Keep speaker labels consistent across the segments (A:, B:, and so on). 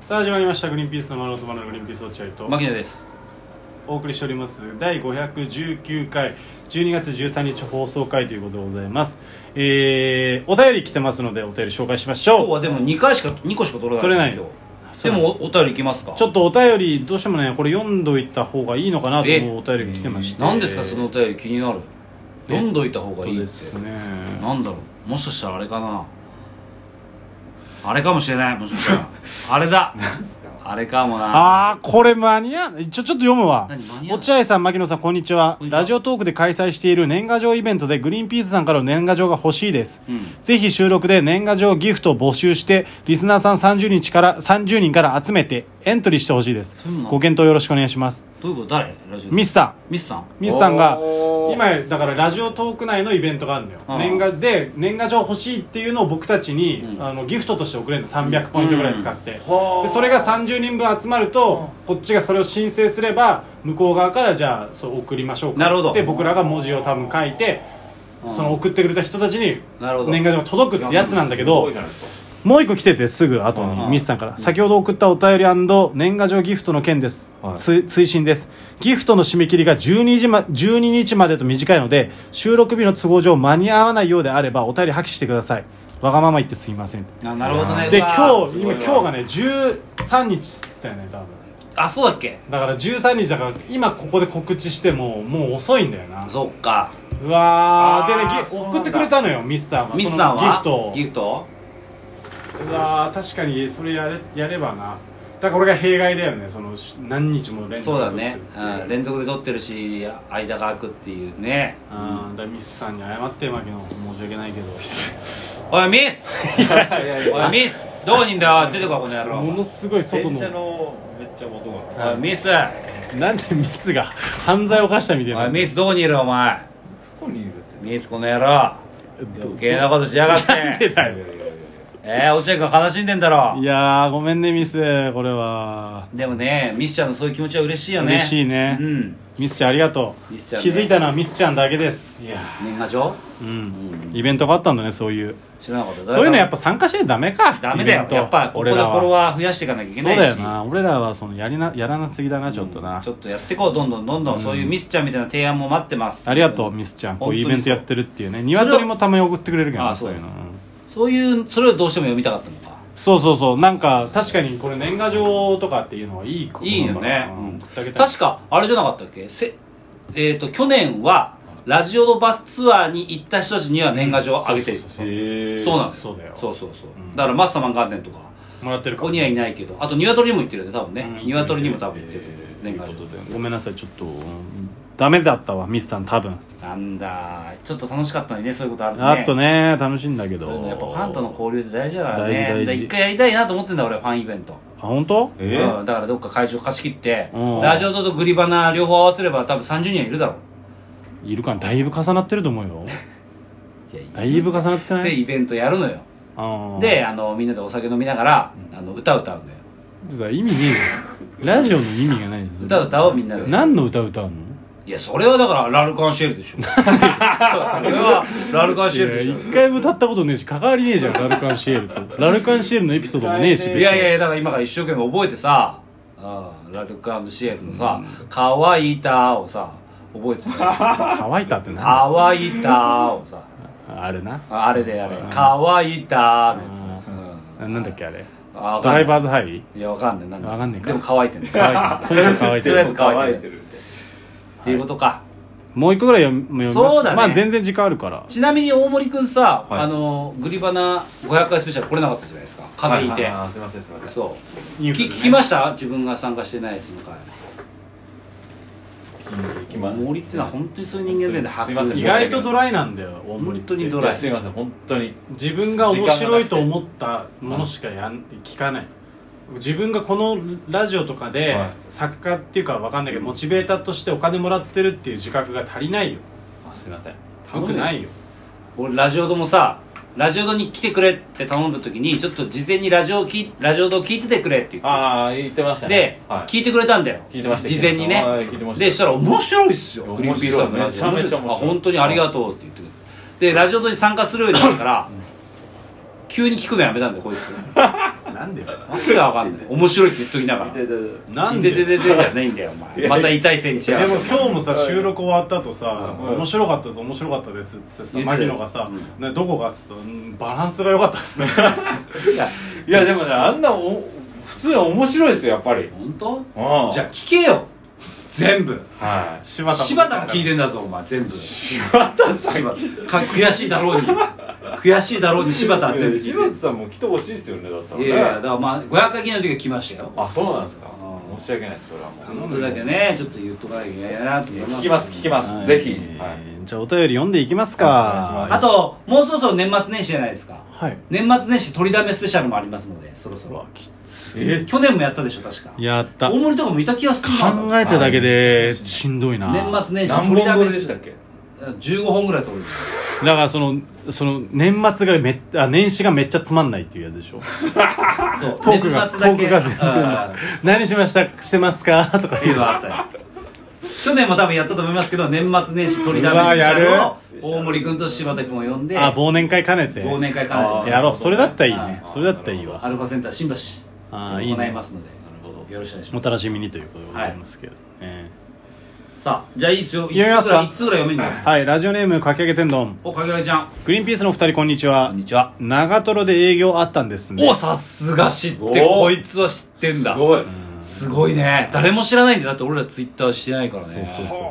A: さあ始まりました「グリーンピースの丸ごと丸のグリーンピース落合」と
B: 牧野です
A: お送りしております第519回12月13日放送回ということでございますえー、お便り来てますのでお便り紹介しまし
B: 今日
A: ょう
B: はでも2回しか2個しか取れない
A: 取れない
B: 今日
A: そ
B: で
A: う
B: もおお便りいきますか
A: ちょっとお便りどうしてもねこれ読んどいた方がいいのかなと思うお便りが来てまして
B: 何ですかそのお便り気になる読んどいた方
A: そう
B: がいいっ
A: です
B: て
A: ね
B: なんだろうもしかしたらあれかなあれかもしれないもしかし たらあれだあれかもな
A: ああこれ間に合わないちょちょっと読むわ
B: 何間に合わない
A: 落合さん牧野さんこんにちは
B: こんにちは
A: ラジオトークで開催している年賀状イベントでグリーンピースさんからの年賀状が欲しいです、
B: うん
A: ぜひ収録で年賀状ギフトを募集してリスナーさん30日から30人から集めてエントリーしてほしいです
B: そうなの
A: ご検討よろしくお願いします
B: どういうこと誰ラジオ
A: ミスさん
B: ミスさん
A: ミスさんが
B: おー
A: 今だからラジオトーク内のイベントがあるのよ
B: ああ
A: 年賀で年賀状欲しいっていうのを僕たちに、
B: うん
A: あのギフトとして送れるの300ポイントぐらい使って、
B: はあ
A: でそれが30人分集まると、こっちがそれを申請すれば向こう側からじゃあそう送りましょうか
B: なるほど
A: っつって僕らが文字を多分書いて、
B: うん
A: その送ってくれた人たちに
B: なるほど
A: 年賀状が届くってやつなんだけ
C: すご
A: ど
C: いじゃないですか
A: もう一個来ててすぐ後
B: う
A: に
B: ん
A: ミスさんから先ほど送ったお便り年賀状ギフトの件です、
C: はい
A: つ追伸ですギフトの締め切りが12時、ま、12日までと短いので収録日の都合上間に合わないようであればお便り破棄してくださいわがまま言ってすみません
B: ななるほどね
A: で
B: うわー
A: 今日今
C: すごいわ
A: 今日がね13日っつったよね多分
B: あそうだっけ
A: だから13日だから今ここで告知してももう遅いんだよな
B: そっか
A: うわー
C: あー
A: でねギ
C: そうなんだ
A: 送ってくれたのよミスさんは
B: ミスさんは
A: そのギ
B: ギ
A: フ
B: フト
A: トをうわー確かにそれやれやればなだからこれが弊害だよねそのし何日も連続
B: そうだね
A: で、撮ってるっていう
B: うん、連続で撮ってるし間が空くっていうね
A: うん、だからミスさんに謝ってまけの申し訳ないけ ど
B: おいミ ス
C: いやい
B: おいミスどこにいんだよ出てこいこの野郎
A: ものすごい外
C: 電
A: の
C: 車のめっちゃ音が
B: おいミス
A: なんでミスが犯罪を犯したみたい
B: おい
A: な
B: ミスどこにいるお前
C: ここにいるっ
B: ミスこの野郎余計なことしやがって
A: 出た
C: て
A: よ
C: いやいやいやい
B: えー、落合君悲しんでんだろ
A: いやーごめんねミスこれは
B: でもねミスちゃんのそういう気持ちは嬉しいよね
A: 嬉しいね
B: うん
A: ミスちゃんありがとう
B: ミスちゃんね
A: 気づいたのはミスちゃんだけですいや
B: 年賀状
A: うん、イベントがあったんだねそういう
B: 知らなかった
A: そういうのやっぱ参加しないとダメか
B: ダ
A: イ
B: メだ
A: ベ
B: よ
A: ント
B: やっぱここでフ
A: 俺らは
B: ォロワー増やしていかなきゃいけ
A: そう
B: ないし
A: だよな俺らはそのやりなやらなすぎだなちょっとな、
B: ちょっとやってこうどんどんどんどん、そういうミスちゃんみたいな提案も待ってます
A: ありがとうミスちゃんこういうイベントやってるっていうね
B: 本当にそう
A: 鶏もたまに送ってくれるけど
B: あ
A: な
B: そ
A: そうういうのうん
B: そういうそれをどうしても読みたかったのか
A: そうそうそうなんか確かにこれ年賀状とかっていうのはいいこと
B: いいよ
A: な
B: ね
A: のかな、うん送ってあげたい
B: 確かあれじゃなかったっけせえっ、と去年はラジオのバスツアーに行った人たちには年賀状をあげてる、
A: そうそうそう
C: やへー
B: そうなの
A: そうだよ
B: そうそうそう、
A: うん
B: だからマッサマン元年とか
A: もらってる
B: こ
A: かも
B: こにはいないけどあと鶏にも行ってるよね多分ね、
A: うん
B: 鶏にも多分行ってると思う
C: えー
B: 年賀状
A: ごめんなさいちょっとうんダメだったわミスさん多分
B: なんだちょっと楽しかったのにねそういうことあるとね
A: あとね楽しいんだけど
B: そういうのやっぱファンとの交流って大事だから
A: 大事大
B: ね
A: 事
B: で一回やりたいなと思ってんだ俺はファンイベント
A: あ本当
C: えー
B: うん、だからどっか会場貸し切って
A: うん
B: ラジオとグリバナ両方合わせれば多分30人はいるだろう
A: いるかなだいぶ重なってると思うよ
B: いやいや
A: だいぶ重なってな
B: で
A: い
B: イベントやるのよ
A: あー
B: であのみんなでお酒飲みながらあの歌歌うの
A: さ
B: よ
A: 意味ねえよラジオの意味がないです
B: 歌歌をみんなで
A: 何の歌歌うの
B: いやそれはだからラルカンシェルでしょ それはラルカンシェルでし
A: いや一回も歌ったことねえし関わりねえじゃんラルカンシエル とラルカンシエルのエピソードもねえし別
B: ょ
A: に
B: いやいやいやだから今から一生懸命覚えてさああラルカンシェルのさ「乾いた」をさ覚えて さ
A: 乾いたって
B: 「
A: な
B: 乾いた」をさ
A: あるな
B: あれであれ「乾いた」のやつ
A: ななんだっけあれ
B: あ
A: ドライバー
B: ー
A: ズハイ
B: いやわかんないなんだ
A: わかんねえか
B: でも乾いてんの
A: 乾いてるとにかく乾いて
B: とりあえ
A: る
B: ず乾いて
C: て
B: る
C: る
B: っていうことか
A: もう一個ぐらい読み読みます
B: そうだね
A: まあ全然時間あるから
B: ちなみに大森くんさ、
C: はい
B: あのグリバナ500回スペシャル来れなかったじゃないですか風邪ひいて、
C: あーすいませんすいません
B: そう
A: いい
B: 聞
A: ことね
B: 聞きました自分が参加してないその回
C: 決まん
B: 大森ってのは本当にそういう人間でね
C: すいません
A: 意外とドライなんだよ大森
B: 本当にド
C: い
B: ラ
C: や
B: イ
C: すいません本当に
A: 自分が面白いと思ったものしかやん聞かない自分がこのラジオとかで
C: はい
A: 作家っていうかわかんないけどモチベーターとしてお金もらってるっていう自覚が足りないよ
C: あすいません
A: よくないよ
B: 俺ラジオドもさラジオドに来てくれって頼んだ時にちょっと事前にラジオを聞いラジオドを聞いててくれって言っ
C: ああ言ってましてた
B: で
C: ね、はい
B: 聞いてくれたんだよ
C: 聞いてました
B: 事前にね
C: はい聞いてました
B: でしたら面白いっすよ
C: 面
B: グ
C: 白
B: リ
C: い
B: ーンピースさんのラジオ
C: めちゃめちゃ
B: あ
C: 面白い
B: 本当にありがとうって言ってくれてでラジオドに参加するようになったから急に聞くのやめたんだよこいつ
A: ななんでだよ
B: わけがわかんない面白いって言っときながら
C: 痛い痛い痛い
A: なんで
B: ででででじゃないんだよお前また痛いせいにし
A: で
B: やが
A: も
B: って
A: 今日もさ収録終わった後さ
B: うん
A: 面白かったです面白かったですっつってさ
B: 言ってた
A: 牧
B: よ
A: 野がさ
B: う
A: ねどこがっつったらうんバランスが良かったですね
B: いや
C: いやでもねあんなお普通に面白いですよやっぱり
B: 本当
C: うん
B: じゃあ聞けよ全部
C: はい
A: 柴田も
B: 柴田が聞いてんだぞお前全部
C: 柴田さん
B: 柴田か悔しいだろうに悔しいだろうに柴田は全部聞いて
C: 柴田
B: る
C: さんも来てほしいですよねだったら
B: い
C: ね
B: やいやだからまあ500回記念の時は来ましたよ
C: あそうなんですか
B: うん
C: 申し訳ないですそれはも
B: そのことだけねちょっと言っとかなきゃいけないなと思いうます
C: 聞きます聞きます、
A: はい
C: ぜひ、はい
A: じゃあお便り読んでいきます
C: は
A: か
C: い
B: あともうそろそろ年末年始じゃないですか
A: はい
B: 年末年始取りだめスペシャルもありますのでそろそう
A: わ
B: ろ
A: きつ
C: え
B: 去年もやったでしょ確か
A: やった
B: 大
A: 考
B: 森とかもいた気がするな
A: えただけでしんどいな
B: 年末年始
C: 何
B: 取り
C: 本
B: だ
C: 撮
B: め
C: りでしたっけ
B: 15本ぐらい取る
A: だからそのその年末がめっあ年始がめっちゃつまんないっていうやつでしょ
B: そう
A: トークがト
B: 年末だ
A: ー
B: け
A: クが全然
B: うん
A: 何しましたしてますかとか
B: って
A: 言
B: いううのがあったよ去年も多分やったと思いますけど年末年始取りだめスペシャ
A: う
B: ルを
A: わ
B: 大森君と柴田君を呼んで
A: あ忘年会兼ねて
B: 忘年会かな
C: 会
B: り
A: やろうそれだったらいいね
C: あー
A: それだったらいいわ
B: アルファセンター新橋
A: あーいい
B: 行い
A: ね
B: ますので
C: なるほど
B: よろしくお願いし
A: お
B: ます
A: 楽しみにということでございますけど、え
B: さあじゃあいいですよ
A: 読みますか
B: いつぐらい読めんじゃな
A: え
B: い
A: はいラジオネームかき揚げ天丼
B: おかげられちゃん
A: グリーンピースのお二人こんにちは
B: こんにちは
A: 長瀞で営業あったんですね
B: おさすが知って
C: お
B: こいつは知ってん
C: す
B: だ
C: ごい
B: すごいね誰も知らないんだよだって俺らツイッターしてないからね
A: そうそうそう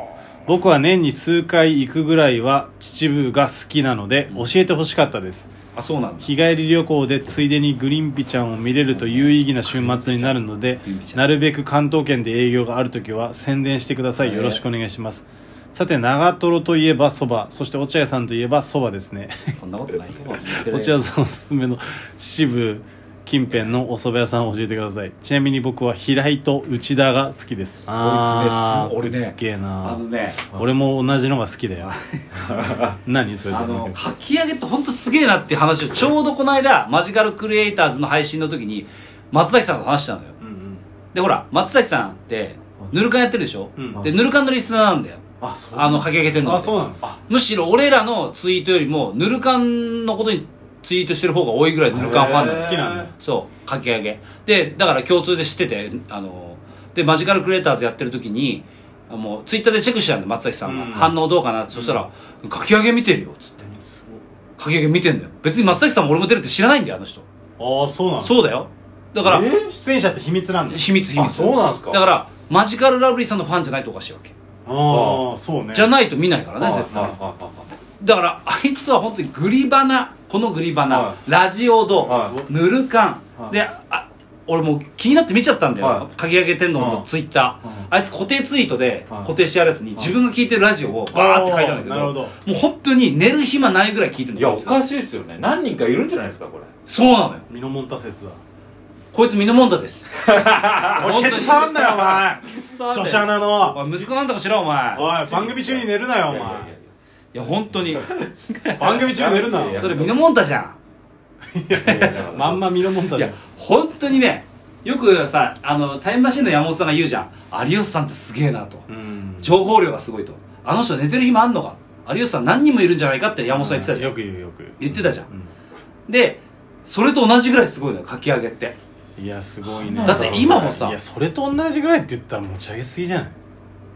A: 僕は年に数回行くぐらいは秩父が好きなので教えてほしかったです
B: あそうなんだ
A: 日帰り旅行でついでにグリーンピちゃんを見れると有意義な週末になるので
B: グリーンピちゃん
A: なるべく関東圏で営業がある時は宣伝してくださ
B: え
A: い
B: え
A: よろしくお願いしますさて長瀞といえばそばそして落合さんといえばそばですね
B: こんなこと ないよ
A: 落合さんおすすめの秩父近辺のお蕎麦屋さんを教えてくださいちなみに僕は平井と内田が好きですあー
B: 俺ね
A: すっげえ
B: あ
A: な
B: のね
A: 俺も同じのが好きだ よ何それ
B: あのかき揚げって本当すげえなっていう話をちょうどこの間マジカルクリエイターズの配信の時に松崎さんと話したのよ
A: うんうん
B: でほら松崎さんってぬるかんやってるでしょ、
A: うん
B: でぬるかんのリスナーなんだよ
C: あそう
B: あのかき揚げてんの
A: あ
B: って
A: そうなの
C: あ
B: むしろ俺らのツイートよりもぬるかんのことにツイートしてる方が多いぐらいぬるかんファンなんです
A: 好きなんだ
B: そうかき揚げでだから共通で知っててあのでマジカルクリエイターズやってる時にあもうツイッターでチェックしてたんで松崎さんが、
A: うん
B: 反応どうかなってそしたら「かき揚げ見てるよ」っつって
A: す
B: かき揚げ見てんだよ別に松崎さんも俺も出るって知らないんだよあの人
A: ごいああそうなの
B: そうだよだから
C: え
A: 出演者って秘密なんだ
B: 秘密秘
C: あ
B: 密
C: そうなんですか
B: だからマジカルラブリーさんのファンじゃないとおかしいわけ
A: ああそうね
B: じゃないと見ないから
C: あ
B: ね
C: あ
B: 絶対
C: あああ
B: だからあいつは本当にグリバナこのグリバナ、
C: は
B: ラジオド、
C: はい
B: ぬるかん、
C: はい
B: であ俺もう気になって見ちゃったんだよ、
C: は
B: かき揚げ天丼
C: は
B: の
C: い
B: ツイッター、
C: はい
B: あいつ固定ツイートで
C: はい
B: 固定してあるやつに自分が聞いてるラジオをバーって書いてあるんだけど,、
A: なるほど
B: もう本当に寝る暇ないぐらい聞いてる
C: あ
B: の
C: いや
B: こ
C: お
B: つ
C: かしいですよね何人かいるんじゃないですかこれ
B: そうなのよ
A: ミノモンタ説だ
B: こいつミノモンタです
A: おいケツ触んなよお前女子アナの
B: お前息子なんとかしろお前
A: おい番組中に寝るなよお
C: いやいやいや
A: 前
B: いや本当に
A: 番組中に寝るない
C: や
B: それミノモンタじゃん
A: まんまミノモンタ
B: い
A: だ
B: や
A: よ
B: 本当にねよくさあのタイムマシーンの山本さんが言うじゃん有吉さんってすげえなと
A: うん
B: 情報量がすごいとあの人寝てる暇あんのか有吉さん何人もいるんじゃないかって山本さん言ってたじゃん
A: よく言うよく言う
B: 言ってたじゃん
A: うん
B: でそれと同じぐらいすごいのよかき揚げって
A: いやすごいね
B: だって今もさ
A: いやそれと同じぐらいって言ったら持ち上げすぎじゃない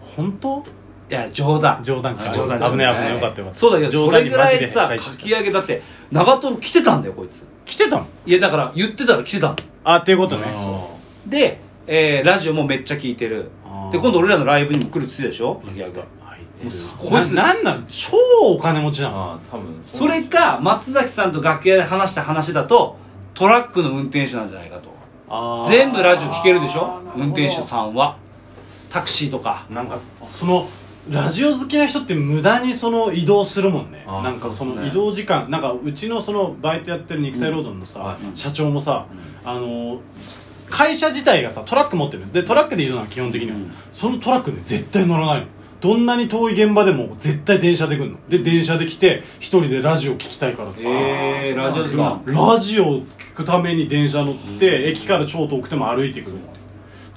A: 本当
B: いや冗談
A: 冗談か
B: 冗談
A: 危ねえ危ねえよかったよかった
B: そうだけど
A: 冗
B: そ
A: 談
B: れ
A: に
B: ぐら
A: マジ
B: い
A: で
B: さ
A: 返
B: か
A: して
B: き揚げだって長友来てたんだよこいつ
A: 来てたの
B: いやだから言ってたら来てたの
A: あっていうことね
C: そ
B: で、えーラジオもめっちゃ聞いてる
A: あー
B: で今度俺らのライブにも来るっつってたでしょかき揚げ
A: あいつ
B: こいつ
A: ななんなん超お金持ち
C: う
A: なの
C: ああ多分
B: それか松崎さんと楽屋で話した話だとトラックの運転手なんじゃないかと
A: あー
B: 全部ラジオ聞けるでし
C: な
B: ょ
C: るほど
B: 運転手さんはタクシーとか
A: なんかそのラジオ好きな人って無駄にその移動するもんね
C: あー
A: なんかそ
C: そうっ
A: の
C: すね
A: 移動時間、なんかうちのそのバイトやってる肉体労働の
C: うんは
A: さ、
B: い
A: 社長もさ、あのー会社自体がさトラック持ってるでトラックで移動なの基本的には、
B: うん
A: そのトラックで絶対乗らないのどんなに遠い現場でも絶対電車で来るので電車で来て一人でラジオ聞きたいからっつって
B: えーラジオ好きなの
A: ラジオを聞くために電車乗って、駅から超遠くても歩いてくるってだか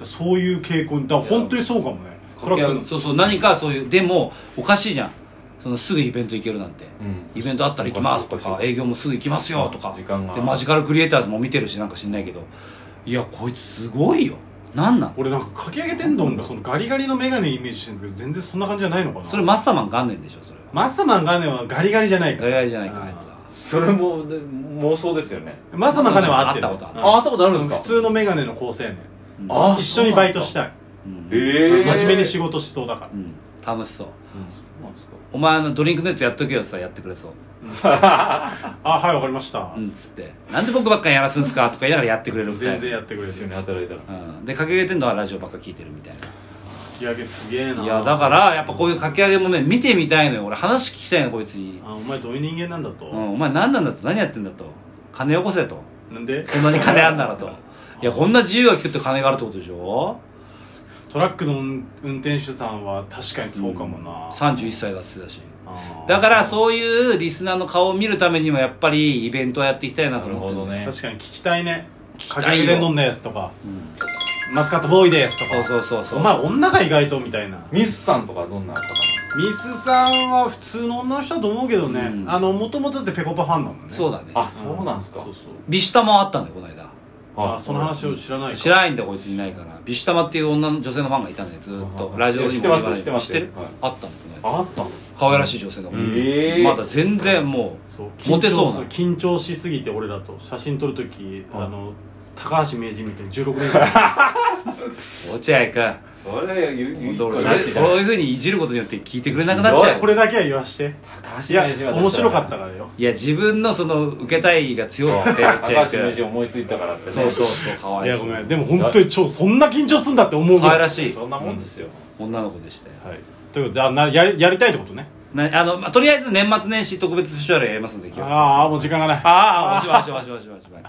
A: らそういう傾向にだから本当にそうかもねトラックの
B: そうそう何かそういうでもおかしいじゃんそのすぐイベント行けるなんて、
C: うん
B: イベントあったら行きますとか営業もすぐ行きますよとか
C: 時間が
B: でマジカルクリエイターズも見てるしなんか知んないけどいやこいつすごいよなんなん
A: 俺なんかかき揚げ天丼がそのガリガリの眼鏡イメージしてるんですけど全然そんな感じじゃないのかな
B: それマッサマン元年でしょそれは
A: マッサマンガネはガリガリじゃないから
B: ガリガリじゃないかあいつは
C: それもね妄想ですよね
A: マッサマンガネは合ってる
B: 会ったこと
C: あ会ったことあるんですか
A: 普通の眼鏡の構成ね
B: うん
C: あ
A: 一緒にバイトしたい
B: うん
C: え
B: ー
A: 真面目に仕事しそうだから
B: うん楽しそう
C: そうなんですか
B: お前あのドリンクのやつやっとけよさやってくれそう
A: あはいわかりました
B: うんっつってなんで僕ばっかりやらすんすかとか言いながらやってくれるみた
A: 全
B: い
A: 然
B: な
A: やってくれる
C: 一緒
A: よ
C: に
A: ね
C: 働いたら
B: うん、でかき揚げ天丼はラジオばっか聞いてるみたいな
A: かき揚げすげえない
B: いやだからやっぱこういうかき揚げもね見てみたいのよ俺話聞きたいのこいつに、
A: あお前どういう人間なんだ
B: う
A: と
B: ん、お前何なんだと何やってんだと金よこせと
A: なんで
B: そんなに金あん ならといやこんな自由が利くって金があるってことでしょ
A: トラックの運運転手さんは確かにそうかもな
B: 31歳だっつってたし
A: あー
B: だからそういうリスナーの顔を見るためにもやっぱりイベントはやっていきたいなと思ってんだよ
C: なるほどね
A: 確かに聞きたいね
B: き
A: かき
B: た
A: 揚
B: いよ
A: げ天丼ですとか
B: うん
A: マスカットボーイですとか
B: そうそうそうそう
A: お前女が意外とみたいな
C: ミスさんとかどんな方なんです
A: ミスさんは普通の女の人だと思うけどね、
B: うん
A: あのもともとだってペコパファンだもんね
B: そうだね
C: かあそうなんですか
A: そうそう
B: ビシュタマあったんだよこの間
A: あその話を知らないか
B: 知らないんだよこいついないからビシュタマっていう女の女性のファンがいたんだよずーっとラジオにも
C: 知ってます
B: 言われ
C: 知ってます
B: 知ってる、
C: はい
B: あったんだよね
C: あったんです
B: 可愛らしい女性の方、
C: ええ
B: まだ全然も
A: そう
B: モテそう
A: 緊張
B: な
A: す緊張しすぎて俺らと写真撮るとき、
C: うん
A: あの高橋名人みたいに16年 間
B: う落合君
C: それ言う
B: 本
C: 言
B: 当
C: う
B: 俺それそういうふうにいじることによって聞いてくれなくなっちゃう
A: これだけは言わしてい
C: 高
A: や
C: 橋名人は
A: 面白かったからよ
B: いや自分のその受けたいが強くて落合
C: 高橋名人
B: 君
C: 思いついたからってね
B: そうそうそう可
A: い
B: 愛
A: や
B: い
A: ごめんでも本当に超そんな緊張すんだって思うぐ
B: 可愛
A: らい
B: らしい
C: そんなもんですよ
B: 女の子でしたよ
A: はいということでじゃあなやりやりたいってことね
B: なあの、まあ、とりあえず年末年始特別スペシャルやりますんで今日
A: ああもう時間がない
B: ああおしまいおしまいおしまいおしまい